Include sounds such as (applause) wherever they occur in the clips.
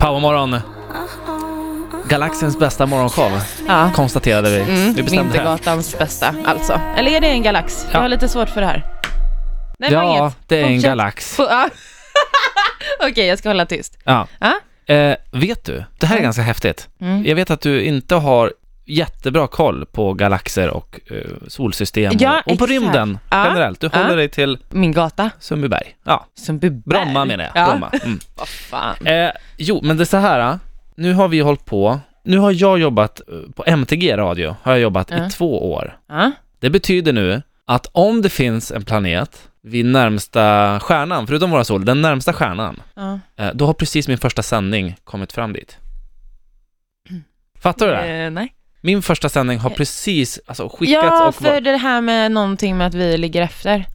Powermorgon. Galaxens bästa morgonshow, Ja. konstaterade vi. Mm, vi bestämde det. Vintergatans bästa alltså. Eller är det en galax? Jag Ja. har lite svårt för det här. Nej, det var Ja, inget. det är en Fortsätt. Få- galax. ja. (laughs) Okej, jag ska hålla tyst. Ja. Ja. Eh, vet du, det här är ganska häftigt. Mm. Jag vet att du inte har jättebra koll på galaxer och eh, solsystem Ja, och, och på exakt. rymden Ja. generellt. Du Ja. håller dig till Min gata, Sundbyberg. Ja, Sundbyberg. Bromma menar jag. Ja. Bromma. Mm. Vad fan. Eh, jo, men det är så här. eh. Nu har vi hållit på. Nu har jag jobbat eh, på MTG radio, har jag jobbat Ja. i två år. Ja. Det betyder nu att om det finns en planet vid närmsta stjärnan, förutom våra sol, den närmsta stjärnan, Ja. eh, då har precis min första sändning kommit fram (clears throat) dit. Fattar du det? Eh, nej. Min första sändning har precis alltså, skickats Ja, och... för det här med någonting med att vi ligger efter.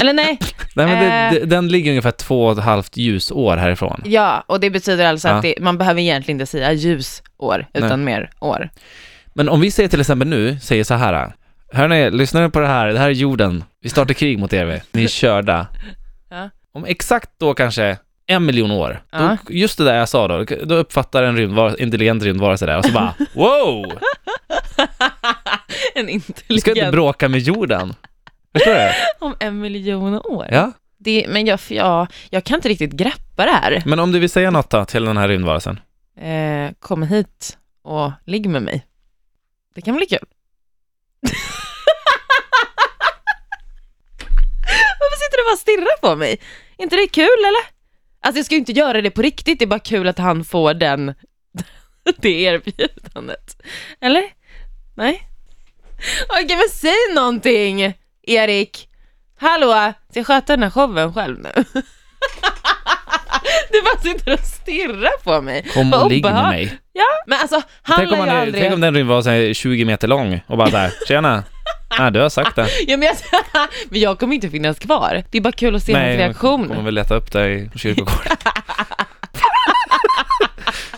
Eller nej, Nej, men det, eh. det, den ligger ungefär två och ett halvt ljusår härifrån. ja, och det betyder alltså Ja. att det, man behöver egentligen inte säga ljusår, utan mer (laughs) år. Men om vi säger till exempel nu, säger så här. Hörni, lyssnar ni på det här? Det här är jorden. Vi startar krig mot er. Ni är körda. Ja. Om exakt då kanske en miljon år, Ja. då, just det där jag sa då, då uppfattar en rymdvar- intelligent rymdvarelse det där och så (laughs) bara wow, en vi ska inte intelligent bråka med jorden. Förstår du? om en miljon år. Ja. Det, men jag, jag, jag kan inte riktigt greppa det här. Men om du vill säga något då till den här rymdvarelsen? Eh, kom hit och ligg med mig. Det kan bli kul. (laughs) Varför sitter du bara och stirrar på mig? Är inte det kul eller? Alltså jag ska ju inte göra det på riktigt, det är bara kul att han får den, (laughs) det erbjudandet. Eller? Nej? Okej men säg någonting, Erik! Hallå, ska jag sköta den här showen själv nu? (laughs) du bara sitter och stirrar på mig. Kom Vad och ligg med obehag- mig. Ja, men alltså han Tänk om, lär ju man är, aldrig... tänk om den rymdvarelsen är 20 meter lång och bara där, (laughs) tjena, nej du har sagt det. Ja, men, jag... (laughs) men jag kommer inte finnas kvar. Det är bara kul att se hans Nej, hon reaktion. kommer väl leta upp dig på kyrkogården.